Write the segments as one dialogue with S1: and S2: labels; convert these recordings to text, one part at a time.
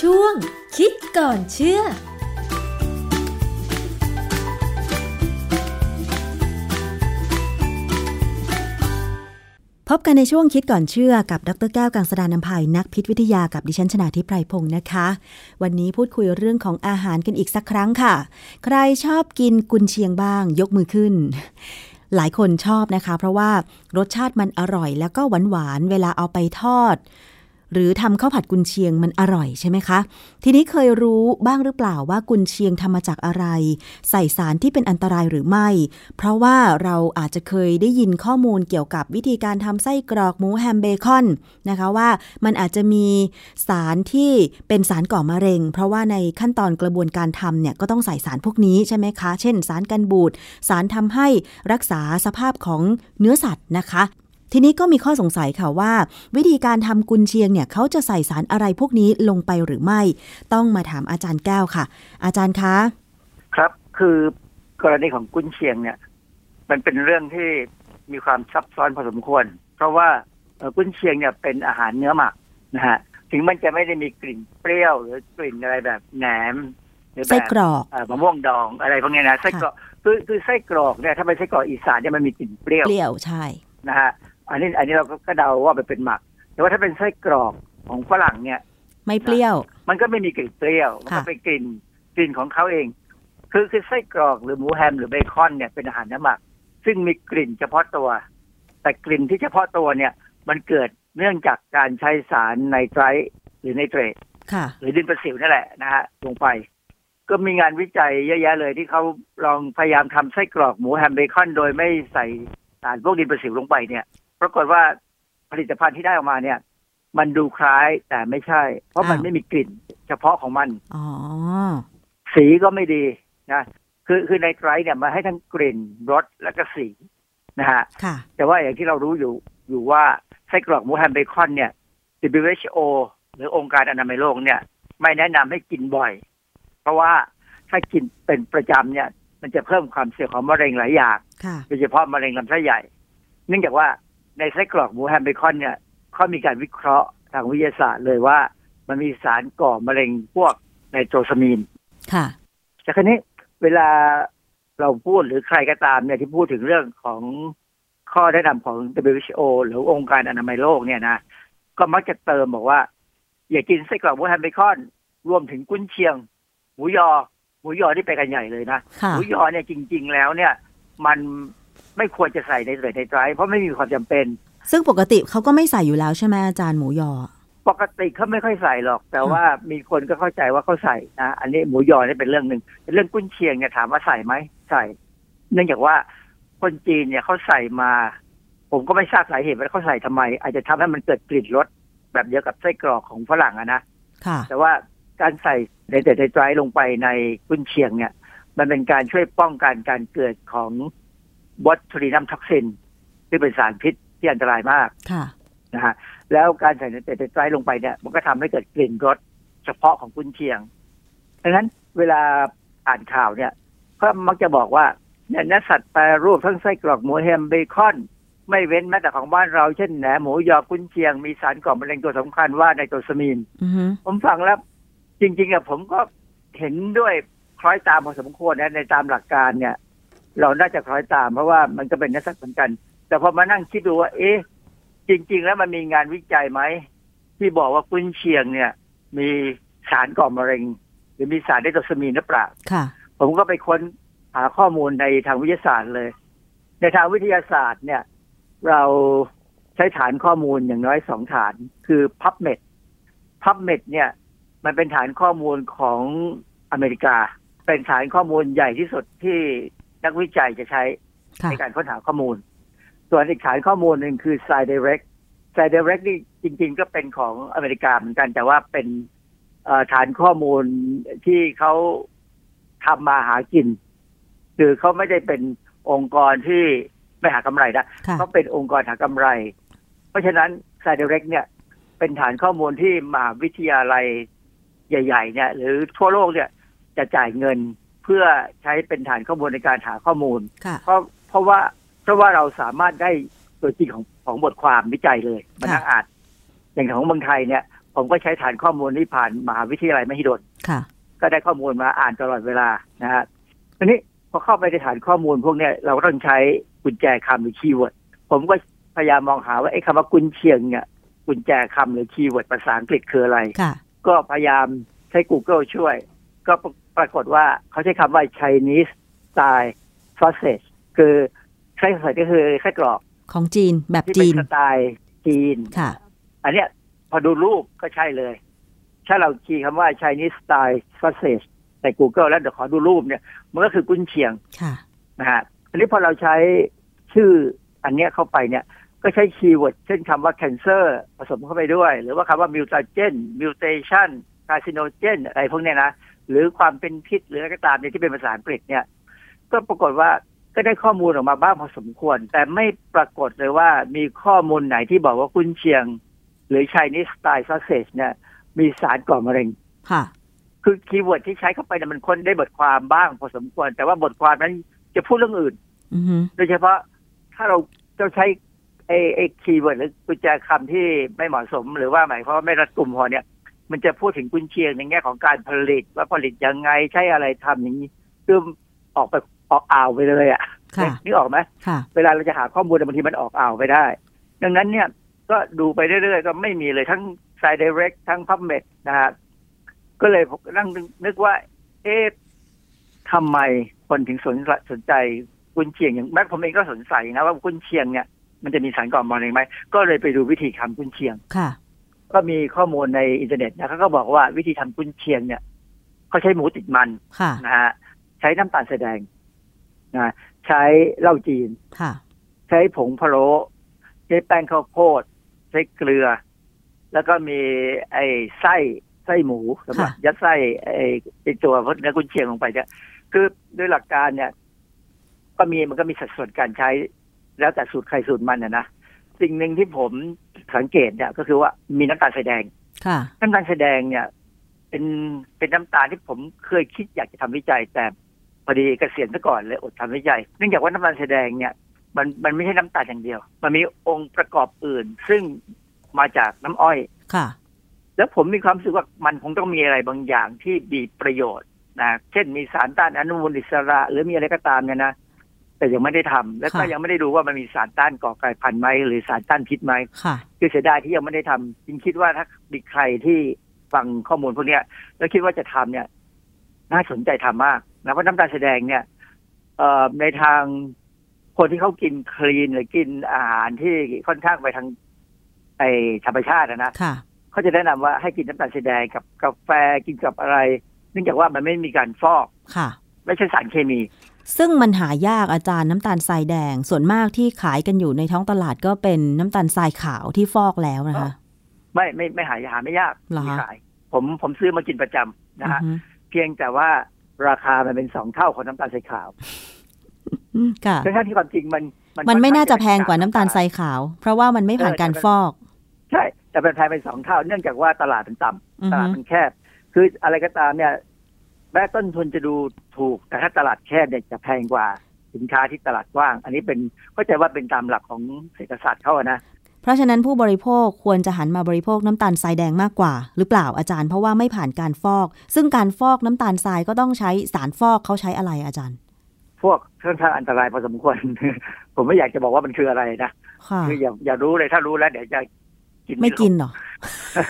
S1: ช่วง คิดก่อนเชื่อ
S2: พบกันในช่วงคิดก่อนเชื่อกับดรแก้วกังสดานนภัยนักพิษวิทยากับดิฉันชนาทิพไพรพงศ์นะคะ วันนี้พูดคุยเรื่องของอาหารกันอีกสักครั้งค่ะ ใครชอบกินกุนเชียงบ้าง ยกมือขึ้น หลายคนชอบนะคะ เพราะว่ารสชาติมันอร่อย แล้วก็หวานหวานๆเวลาเอาไปทอด หรือทำข้าวผัดกุนเชียงมันอร่อยใช่ไหมคะ ทีนี้เคยรู้บ้างหรือเปล่าว่ากุนเชียงทำมาจากอะไร ใส่สารที่เป็นอันตรายหรือไม่ เพราะว่าเราอาจจะเคยได้ยินข้อมูลเกี่ยวกับวิธีการทำไส้กรอกหมูแฮมเบคอนนะคะว่ามันอาจจะมีสารที่เป็นสารก่อมะเร็ง เพราะว่าในขั้นตอนกระบวนการทำเนี่ยก็ต้องใส่สารพวกนี้ใช่ไหมคะ เช่น สารกันบูดสารทำให้รักษาสภาพของเนื้อสัตว์นะคะ ทีนี้ก็มีข้อสงสัยค่ะว่า วิธีการทำกุนเชียงเนี่ยเขาจะใส่สารอะไรพวกนี้ลงไปหรือไม่ ต้องมาถามอาจารย์แก้วค่ะ อาจารย์คะ
S3: ครับคือกรณีของกุนเชียงเนี่ย มันเป็นเรื่องที่มีความซับซ้อนพอสมควร เพราะว่าเอ่อกุนเชียงเนี่ยเป็นอาหารเนื้อหมักนะฮะถึงมันจะไม่ได้มีกลิ่นเปรี้ยว หรือกลิ่นอะไรแบบแหนมหรือแบ
S2: ไส้
S3: บ
S2: กรอก
S3: เอ่อมะม่วงดองอะไรพวกเนี้ยนะไส้กรอกคือคือไส้กรอกเนี่ยถ้าเป็นไส้กรอกอีสานเนี่ยมันมีกลิ่นเปรี้ยว
S2: เปรี้ยวใช่
S3: นะฮะอันนี้อันนี้เราก็เดาว่ามันเป็นหมัก แต่ว่าถ้าเป็นไส้กรอกของฝรั่งเนี่ย
S2: ไม่เปรี้ยว
S3: มันก็ไม่มีกลิ่นเปรี้ยว มันก็
S2: ค่ะ
S3: เป็นกลิ่นกลิ่นของเขาเอง คือคือไส้กรอกหรือหมูแฮมหรือเบคอนเนี่ยเป็นอาหารน้ำหมัก ซึ่งมีกลิ่นเฉพาะตัว แต่กลิ่นที่เฉพาะตัวเนี่ย มันเกิดเนื่องจากการใช้สารไนไตรท์หรือไนเตรต
S2: ค่ะ
S3: หรือดินประสิวนั่นแหละนะฮะลงไป ก็มีงานวิจัยเยอะแยะเลยที่เขาลองพยายามทำไส้กรอกหมูแฮมเบคอน โดยไม่ใส่สารพวกดินประสิวลงไปเนี่ย ปรากฏว่าผลิตภัณฑ์ที่ได้ออกมาเนี่ย มันดูคล้ายแต่ไม่ใช่ เพราะมัน
S2: อ้าว
S3: ไม่มีกลิ่นเฉพาะของมัน
S2: อ๋อ
S3: สีก็ไม่ดีนะคือคือในไตรท์เนี่ยมันให้ทั้งกลิ่นรสและก็สีนะฮะ
S2: ค่ะ
S3: แต่ว่าอย่างที่เรารู้อยู่อยู่ว่าไส้กรอกหมูแฮมเบคอนเนี่ย WHO หรือองค์การอนามัยโลกเนี่ย ไม่แนะนำให้กินบ่อย เพราะว่าถ้ากินเป็นประจำเนี่ย มันจะเพิ่มความเสี่ยงของมะเร็งหลายอย่าง
S2: ค่ะ
S3: โดยเฉพาะมะเร็งลำไส้ใหญ่ เนื่องจากว่าในไส้กรอกหมูแฮมเบคอนเนี่ยเขามีการวิเคราะห์ทางวิทยาศาสตร์เลยว่ามันมีสารก่อมะเร็งพวกไนโตรซามีน
S2: ค่ะ
S3: แต่คราวนี้เวลาเราพูดหรือใครก็ตามเนี่ยที่พูดถึงเรื่องของข้อแนะนำของ WHO หรือองค์การอนามัยโลกเนี่ยนะ ก็มักจะเติมบอกว่า อย่ากินไส้กรอกหมูแฮมเบคอน รวมถึงกุนเชียง หมูยอ หมูยอที่ไปกันใหญ่เลยนะ
S2: ค่ะ
S3: หมูยอเนี่ยจริง ๆ แล้วเนี่ย มันไม่ควรจะใส่ในเสในไตรเพราะไม่มีความจำเป็น
S2: ซึ่งปกติเขาก็ไม่ใส่อยู่แล้วใช่ไหมอาจารย์หมูยอ
S3: ปกติเขาไม่ค่อยใส่หรอก แต่ว่ามีคนก็เข้าใจว่าเขาใส่นะอันนี้หมูยอนี่เป็นเรื่องหนึ่งเรื่องกุ้นเชียงเนี่ยถามว่าใส่ไหมใส่ เนื่องจากว่าคนจีนเนี่ยเขาใส่มา ผมก็ไม่ทราบสาเหตุว่าเขาใส่ทำไม อาจจะทำให้มันเกิดกลิ่นรสแบบเดียวกับไส้กรอกของฝรั่งอะนะ
S2: ค่ะ
S3: แต่ว่าการใส่ในแต่ใจใจลงไปในกุนเชียงเนี่ย มันเป็นการช่วยป้องกันการเกิดของบอทูรินัมท็อกซินซึ่งเป็นสารพิษที่อันตรายมาก
S2: ค่ะ
S3: นะฮะแล้วการใส่เตตไตรลงไปเนี่ยมันก็ทำให้เกิดกลิ่นรสเฉพาะของกุนเชียงดังนั้นเวลาอ่านข่าวเนี่ยก็มักจะบอกว่าเนี่ยเนื้อสัตว์แปรรูปทั้งไส้กรอกหมูแฮมเบคอน ไม่เว้นแม้แต่ของบ้านเราเช่นแหนมหมูยอกุนเชียง มีสารก่อมะเร็งตัวสำคัญว่าไนโตรซามีน
S2: อือฮึ
S3: ผมฟังแล้ว จริงๆอะผมก็เห็นด้วยคล้อยตามพอสมควรนะในตามหลักการเนี่ย เราน่าจะคล้อยตามเพราะว่ามันก็เป็นเนักสัตว์เหมือนกัน แต่พอมานั่งคิดดูว่า เอ๊ะ จริง ๆ แล้วมันมีงานวิจัยไหม ที่บอกว่ากุนเชียงเนี่ย มีสารก่อมะเร็ง หรือมีสารไดโตรซามีนหรือเปล่า
S2: ค่ะ
S3: ผมก็ไปค้นหาข้อมูลในทางวิทยาศาสตร์เลย ในทางวิทยาศาสตร์เนี่ย เราใช้ฐานข้อมูลอย่างน้อยสองฐานคือ PubMed PubMed เนี่ย มันเป็นฐานข้อมูลของอเมริกา เป็นฐานข้อมูลใหญ่ที่สุดที่นักวิจัยจะใช้
S2: ค่ะ
S3: ในการค้นหาข้อมูล ส่วนอีกฐานข้อมูลหนึ่งคือ s i d e Direct s i d e Direct นี่จริง ๆ ก็เป็นของอเมริกาเหมือนกัน แต่ว่าเป็นเอ่อฐานข้อมูลที่เขาทำมาหากิน คือเขาไม่ได้เป็นองค์กรที่ไม่หากำไรนะ
S2: ค่ะ
S3: เขาเป็นองค์กรหากำไร เพราะฉะนั้น s i d e Direct เนี่ย เป็นฐานข้อมูลที่มหาวิทยาลัยใหญ่ ๆ เนี่ย หรือทั่วโลกเนี่ยจะจ่ายเงินเพื่อใช้เป็นฐานข้อมูลในการหาข้อมูล
S2: ค่ะ
S3: เพราะเพราะว่าเพราะว่าเราสามารถได้ตัวจริงของของบทความวิจัยเลยมานั่งอ่านอย่างของเมืองไทยเนี่ย ผ ผมก็ใช้ฐานข้อมูลที่ผ่านมหาวิทยาลัยมหิดล
S2: ค่ะ
S3: ก็ได้ข้อมูลมาอ่านตลอดเวลานะฮะทีนี้พอเข้าไปในฐานข้อมูลพวกเนี้ยเราก็ต้องใช้กุญแจคำหรือคีย์เวิร์ดผมก็พยายามมองหาว่าไอ้คำว่ากุญเชียงเนี่ยกุญแจคำหรือคีย์เวิร์ดภาษาอังกฤษคืออะไร
S2: ค่ะ
S3: ก็พยายามใช้ Google ช่วย ก็ปรากฏว่าเขาใช้คำว่า Chinese style sausage คือไส้สัตว์ก็คือไส้กรอก
S2: ของจีนแบบ
S3: ที่เป็
S2: จี
S3: น
S2: น
S3: สไตล์จีน
S2: ค่ะ
S3: อันเนี้ยพอดูรูปก็ใช่เลย ถ้าเราคีย์คำว่า Chinese style sausage ใน Google แล้วเดี๋ยวขอดูรูปเนี่ย มันก็คือกุนเชียง
S2: ค่ะ
S3: นะฮะอันนี้พอเราใช้ชื่ออันเนี้ยเข้าไปเนี่ย ก็ใช้คีย์เวิร์ดเช่นคำว่า cancer ผสมเข้าไปด้วย หรือว่าคำว่า mutagen mutation carcinogen อะไรพวกเนี้ยนะ หรือความเป็นพิษหรืออะไรก็ตามเนี่ยที่เป็นภาษาอังกฤษเนี่ย ก็ปรากฏว่าก็ได้ข้อมูลออกมาบ้างพอสมควร แต่ไม่ปรากฏเลยว่ามีข้อมูลไหนที่บอกว่ากุนเชียง หรือ Chinese style sausage เนี่ยมีสารก่อมะเร็ง
S2: ค่ะ
S3: คือคีย์เวิร์ดที่ใช้เข้าไปเนี่ยมันค้นได้บทความบ้างพอสมควร แต่ว่าบทความนั้นจะพูดเรื่องอื่น
S2: อือฮึ
S3: โดยเฉพาะถ้าเราจะใช้ไอ้ไอ้คีย์เวิร์ดหรือกุญแจคำที่ไม่เหมาะสม หรือว่าหมายความว่าไม่รัดกุมพอเนี่ย มันจะพูดถึงกุญเชียงในแง่ของการผลิต ว่าผลิตยังไงใช้อะไรทำอย่างนี้คือออกไปออกอ่าวไปเลยอะ
S2: ค่ะ
S3: นึกออกไหม
S2: ค่ะ
S3: เวลาเราจะหาข้อมูลเนี่ยบางทีมันออกอ่าวไปได้ ดังนั้นเนี่ยก็ดูไปเรื่อยๆ ก็ไม่มีเลยทั้ง s i d e Direct ทั้ง PubMed นะฮะก็เลยผมนั่งนึกว่า เอ๊ะทำไมคนถึงสนสนใจกุนเชียงอย่างแม้ผมเองก็สนใจนะว่ากุนเชียงเนี่ยมันจะมีสารก่อมะเร็งไหม ก็เลยไปดูวิธีทำกุนเชียง
S2: ค่ะ
S3: ก็มีข้อมูลในอินเทอร์เน็ตนะเขาก็บอกว่าวิธีทำกุนเชียงเนี่ยเขาใช้หมูติดมัน
S2: ค่ะ
S3: นะฮะใช้น้ำตาลแสดงนะใช้เหล้าจีน
S2: ค่ะ
S3: ใช้ผงพะโล้ใช้แป้งข้าวโพด ใช้เกลือ แล้วก็มีไอ้ไส้ไส้หมูสำหรับ
S2: ค่ะ
S3: ยัดไส้ไอ้ไอ้ตัวเนื้อกุนเชียงลงไปเนี่ยคือโดยหลักการเนี่ย ก็มีมันก็มีสัดส่วนการใช้ แล้วแต่สูตรใครสูตรมันนะนะสิ่งหนึ่งที่ผมสังเกตเนี่ยก็คือว่ามีน้ำตาลสายแดง
S2: ค่ะ
S3: น้ำตาลแสดงเนี่ย เป็นเป็นน้ำตาลที่ผมเคยคิดอยากจะทำวิจัย แต่พอดีเกษียณซะก่อนเลยอดทำวิจัย เนื่องจากว่าน้ำตาลแสดงเนี่ยมันมันไม่ใช่น้ำตาลอย่างเดียว มันมีองค์ประกอบอื่น ซึ่งมาจากน้ำอ้อย
S2: ค่ะ
S3: แล้วผมมีความรู้สึกว่ามันคงต้องมีอะไรบางอย่างที่มีประโยชน์นะเช่นมีสารต้านอนุมูลอิสระ หรือมีอะไรก็ตามเนี่ยนะแต่ยังไม่ได้ทำแล้วก็
S2: ค่ะ
S3: ยังไม่ได้ดูว่ามันมีสารต้านก่อกลายพันธุ์ไหมหรือสารต้านพิษไหม
S2: ค่ะ
S3: คือเสียดายที่ยังไม่ได้ทำจริงคิดว่าถ้ามีใครที่ฟังข้อมูลพวกเนี้ย แล้วคิดว่าจะทำเนี่ย น่าสนใจทำมากนะเพราะน้ำตาลแสดงเนี่ยเอ่อในทางคนที่เขากินคลีนหรือกินอาหารที่ค่อนข้างไปทางไอธรรมชาติอะนะ
S2: ค่ะ
S3: เขาจะแนะนำว่าให้กินน้ำตาลแสดงกับกาแฟกินกับอะไร เนื่องจากว่ามันไม่มีการฟอก
S2: ค่ะ
S3: ไม่ใช่สารเคมี
S2: ซึ่งมันหายากอาจารย์น้ำตาลทรายแดง ส่วนมากที่ขายกันอยู่ในท้องตลาดก็เป็นน้ำตาลทรายขาวที่ฟอกแล้วนะคะ
S3: ไม่ไม่ไม่หายหาไม่ยาก
S2: เหรอฮะ
S3: มีขาย ผมผมซื้อมากินประจำนะฮะ
S2: อือฮึ
S3: เพียงแต่ว่าราคามันเป็นสองเท่าของน้ำตาลทรายขาว
S2: อืมค่ะ
S3: ทั้งๆที่ความจริงมัน
S2: มันไม่น่าจะแพงกว่า
S3: ค่อ
S2: น้ำ
S3: ข้
S2: ตาลทรายขาว เพราะว่ามันไม่ผ่านการฟอก
S3: ใช่ แต่เป็นแพงเป็นสองเท่า เนื่องจากว่าตลาดมันต่
S2: อือ
S3: ำต
S2: ฮึ
S3: ลาดมันแคบ คืออะไรก็ตามเนี่ยแม้ต้นทุนจะดูถูก แต่ถ้าตลาดแคบเนี่ยจะแพงกว่าสินค้าที่ตลาดกว้าง อันนี้เป็นเข้าใจว่าเป็นตามหลักของเศรษฐศาสตร์เขาอะนะ
S2: เพราะฉะนั้นผู้บริโภคควรจะหันมาบริโภคน้ำตาลทรายแดงมากกว่า หรือเปล่าอาจารย์เพราะว่าไม่ผ่านการฟอก ซึ่งการฟอกน้ำตาลทรายก็ต้องใช้สารฟอกเขาใช้อะไรอาจารย์
S3: พวกค่อนข้างอันตรายพอสมควร ผมไม่อยากจะบอกว่ามันคืออะไรนะ
S2: ค่ะ
S3: คืออย่าอย่ารู้เลยถ้ารู้แล้วเดี๋ยวจะกิน
S2: ไม่กินเหรอ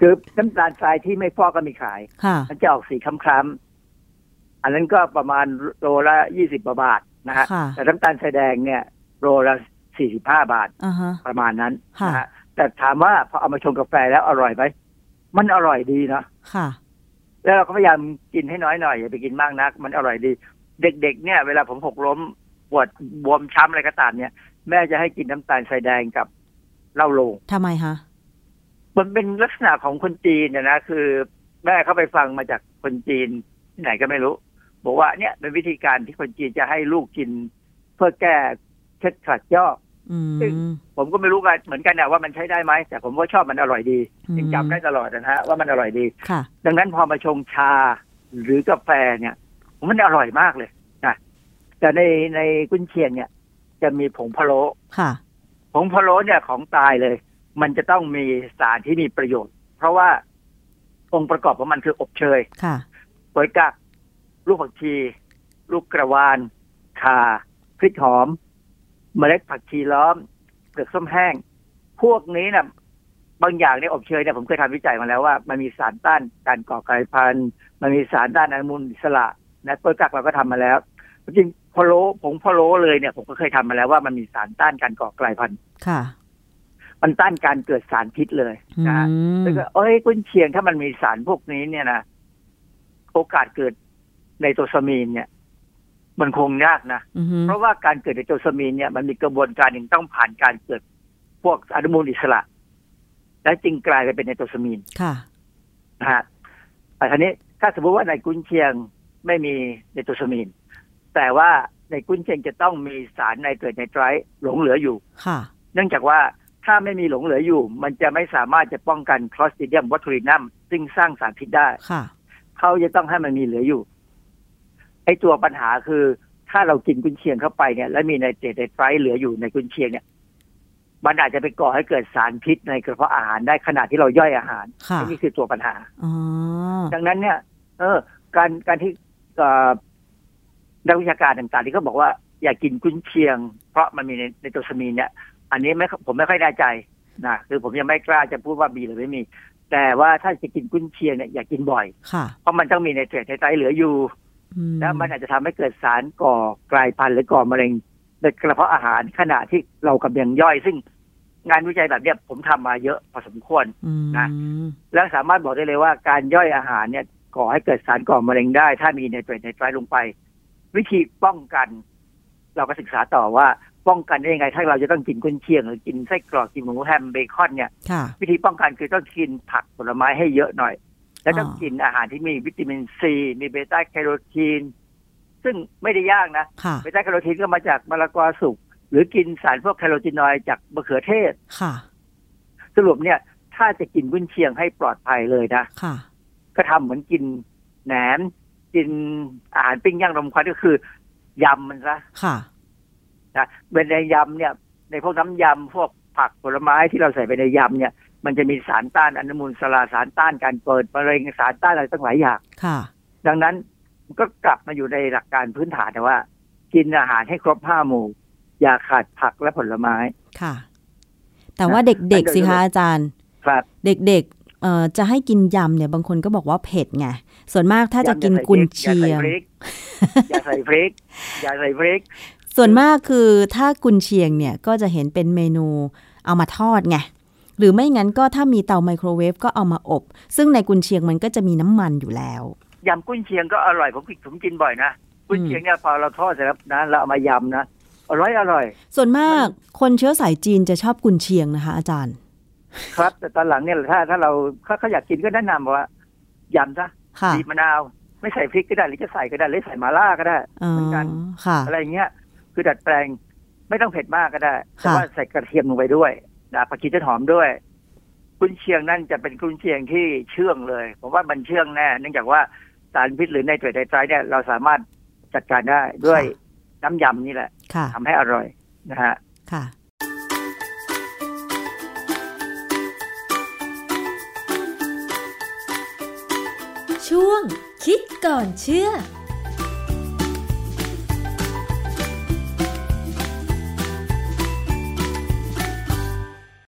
S3: คือน้ำตาลทรายที่ไม่ฟอกก็มีขาย
S2: ค่ะ
S3: มันจะออกสีคล้ำๆ อันนั้นก็ประมาณโลละยี่สิบาบาทนะฮะ
S2: ค่ะ
S3: แต่น้ำตาลทรายแดงเนี่ย โลละสี่สิบห้าบาท
S2: อ่าฮะ
S3: ประมาณนั้น
S2: ค่ะ
S3: นะฮะ แต่ถามว่าพอเอามาชงกาแฟแล้วอร่อยไหม มันอร่อยดีนะ
S2: ค่ะ
S3: แล้วเราก็พยายามกินให้น้อยหน่อยอย่าไปกินมากนัก มันอร่อยดี เด็กๆ เนี่ย เวลาผมหกล้มปวดบวมช้ำอะไรก็ตามเนี่ย แม่จะให้กินน้ำตาลทรายแดงกับเหล้าโลง
S2: ทำไมคะ
S3: มันเป็นลักษณะของคนจีนเนี่ยนะ คือแม่เขาไปฟังมาจากคนจีนที่ไหนก็ไม่รู้ บอกว่าเนี่ยเป็นวิธีการที่คนจีนจะให้ลูกกิน เพื่อแก้เคล็ดขัดยอก
S2: อื
S3: ซึ่ง
S2: ม
S3: ผมก็ไม่รู้กันเหมือนกันนะว่ามันใช้ได้ไหมแต่ผมว่าชอบมันอร่อยดี
S2: อืม
S3: ยังจำได้ตลอดนะฮะว่ามันอร่อยดี
S2: ค่ะ
S3: ดังนั้นพอมาชงชาหรือกาแฟเนี่ยมันอร่อยมากเลยนะแต่ในในกุนเชียงเนี่ย จะมีผงพะโล้
S2: ค่ะ
S3: ผงพะโล้เนี่ยของตายเลย มันจะต้องมีสารที่มีประโยชน์ เพราะว่าองค์ประกอบของมันคืออบเชย
S2: ค่ะ
S3: โวยกักลูกผักชี ลูกกระวานข่าพริกหอม เมล็ดผักชีล้อมเปลือกส้มแห้ง พวกนี้นะบางอย่างในยอบเชยเนี่ยผมเคยทำวิจัยมาแล้วว่ามันมีสารต้านการก่อกลายพันธุ์ มันมีสารต้านอนุมูลอิสระนะโวยกักเราก็ทำมาแล้ว จริงๆพะโล้ผงพะโล้เลยเนี่ยผมก็เคยทำมาแล้วว่ามันมีสารต้านการก่อกลายพันธุ์
S2: ค่ะ
S3: มันต้านการเกิดสารพิษเลย
S2: อื
S3: นะฮะ
S2: ม
S3: แล้วก็เอ้ยกุนเชียงถ้ามันมีสารพวกนี้เนี่ยนะโอกาสเกิดไนโตซามีนเนี่ย มันคงยากนะ
S2: อือฮึ
S3: เพราะว่าการเกิดไนโตซามีนเนี่ยมันมีกระบวนการหนึ่งต้องผ่านการเกิดพวกอนุมูลอิสระ และจึงกลายไปเป็นไนโตซามีน
S2: ค่ะ
S3: นะฮะแต่ทีนี้ถ้าสมมติว่าในกุนเชียงไม่มีไนโตซามีน แต่ว่าในกุนเชียงจะต้องมีสารไนเตรตไนไตรท์หลงเหลืออยู่
S2: ค่ะ
S3: เนื่องจากว่าถ้าไม่มีหลงเหลืออยู่ มันจะไม่สามารถจะป้องกันคลอสติเดียมวัตถุรินัมซึ่งสร้างสารพิษได้
S2: ค่ะ
S3: เขาจะต้องให้มันมีเหลืออยู่ ไอ้ตัวปัญหาคือ ถ้าเรากินกุนเชียงเข้าไปเนี่ย แล้วมีไนเตรตไนไตรท์เหลืออยู่ในกุนเชียงเนี่ย มันอาจจะไปก่อให้เกิดสารพิษในกระเพาะอาหารได้ขณะที่เราย่อยอาหาร
S2: ค่ะ
S3: ไอ้นี่คือตัวปัญหา
S2: อ๋อ
S3: ดังนั้นเนี่ย เออ การการที่เอ่อนักวิชาการต่างๆที่เขาบอกว่าอย่ากินกุนเชียง เพราะมันมีในในตัวสมีนเนี่ย อันนี้ไม่ผมไม่ค่อยแน่ใจนะคือผมยังไม่กล้าจะพูดว่ามีหรือไม่มี แต่ว่าถ้าจะกินกุนเชียงเนี่ยอย่ากินบ่อย
S2: ค่ะ
S3: เพราะมันต้องมีในเตรตในไตเหลืออยู่
S2: อื
S3: แล้วมันอาจจะทำให้เกิดสารก่อกลายพันธุ์หรือก่อมะเร็งในกระเพาะอาหารขณะที่เรากำลังย่อย ซึ่งงานวิจัยแบบเนี้ยผมทำมาเยอะพอสมควร
S2: อืม
S3: นะ และสามารถบอกได้เลยว่าการย่อยอาหารเนี่ยก่อให้เกิดสารก่อมะเร็งได้ ถ้ามีไนเตรตไนไตรท์ลงไป วิธีป้องกัน เราก็ศึกษาต่อว่าป้องกันได้ยังไง ถ้าเราจะต้องกินกุนเชียง หรือกินไส้กรอกกินหมูแฮมเบคอนเนี่ย
S2: ค่ะ
S3: วิธีป้องกันคือต้องกินผักผลไม้ให้เยอะหน่อย แล้วต้อง
S2: อ๋อ
S3: กินอาหารที่มีวิตามินซีมีเบต้าแคโรทีน ซึ่งไม่ได้ยากนะ
S2: ค่ะ
S3: เบต้าแคโรทีนก็มาจากมะละกอสุกหรือกินสารพวกแคโรทีนอยด์จากมะเขือเทศ
S2: ค่ะ
S3: สรุปเนี่ย ถ้าจะกินกุนเชียงให้ปลอดภัยเลยนะ
S2: ค่ะ
S3: ก็ทำเหมือนกินแหนม กินอาหารปิ้งย่างลมควันก็คือยำมันซะ
S2: ค่ะ
S3: นะเป็นในยำเนี่ย ในพวกน้ำยำพวกผักผลไม้ที่เราใส่ไปในยำเนี่ย มันจะมีสารต้านอนุมูลอิสลาสารต้านการเกิดมะเร็งสารต้านอะไรตั้งหลายอย่าง
S2: ค่ะ
S3: ดังนั้นก็กลับมาอยู่ในหลักการพื้นฐานนะว่า กินอาหารให้ครบห้าหมู่ อย่าขาดผักและผลไม้
S2: ค่ะ แต่ว่าเด็กๆสิคะอาจารย์
S3: ครับ
S2: เด็กๆเอ่อจะให้กินยำเนี่ยบางคนก็บอกว่าเผ็ดไง ส่วนมากถ้าจะกินกุนเชียง
S3: อย่าใส่พริก อย่าใส่พริก
S2: ส่วนมากคือถ้ากุนเชียงเนี่ยก็จะเห็นเป็นเมนูเอามาทอดไง หรือไม่งั้นก็ถ้ามีเตาไมโครเวฟก็เอามาอบ ซึ่งในกุนเชียงมันก็จะมีน้ำมันอยู่แล้ว
S3: ยำกุ้นเชียงก็อร่อยผมกินผมกินบ่อยนะกุ้นเชียงเนี่ยพอเราทอดเสร็จแล้วนะเราเอามายำนะอร่อยอร่อย
S2: ส่วนมากคนเชื้อสายจีนจะชอบกุนเชียงนะคะ อาจารย์
S3: ครับ แต่ตอนหลังเนี่ยถ้าถ้าเราเขาเขาอยากกินก็แนะนำว่ายำซะ
S2: ค่ะ
S3: บีบมะนาว ไม่ใส่พริกก็ได้หรือจะใส่ก็ได้หรือใส่มาล่าก็ได้
S2: อ๋อ
S3: เหมือนกัน
S2: ค่ะ
S3: อะไรเงี้ยคือดัดแปลงไม่ต้องเผ็ดมากก็ได้แต่
S2: ค่ะ
S3: ว่าใส่กระเทียมลงไปด้วยนะผักชีต้นหอมด้วยกุ้นเชียงนั่นจะเป็นกุ้นเชียงที่เชื่องเลยผมว่ามันเชื่องแน่เนื่องจากว่าสารพิษหรือไนเตรตไนไตรท์เนี่ยเราสามารถจัดการได้ด้วยน้ำยำนี่แหละ
S2: ค่ะ
S3: ทำให้อร่อยนะฮะ
S2: ค่ะ
S1: ช่วงคิดก่อนเชื่อ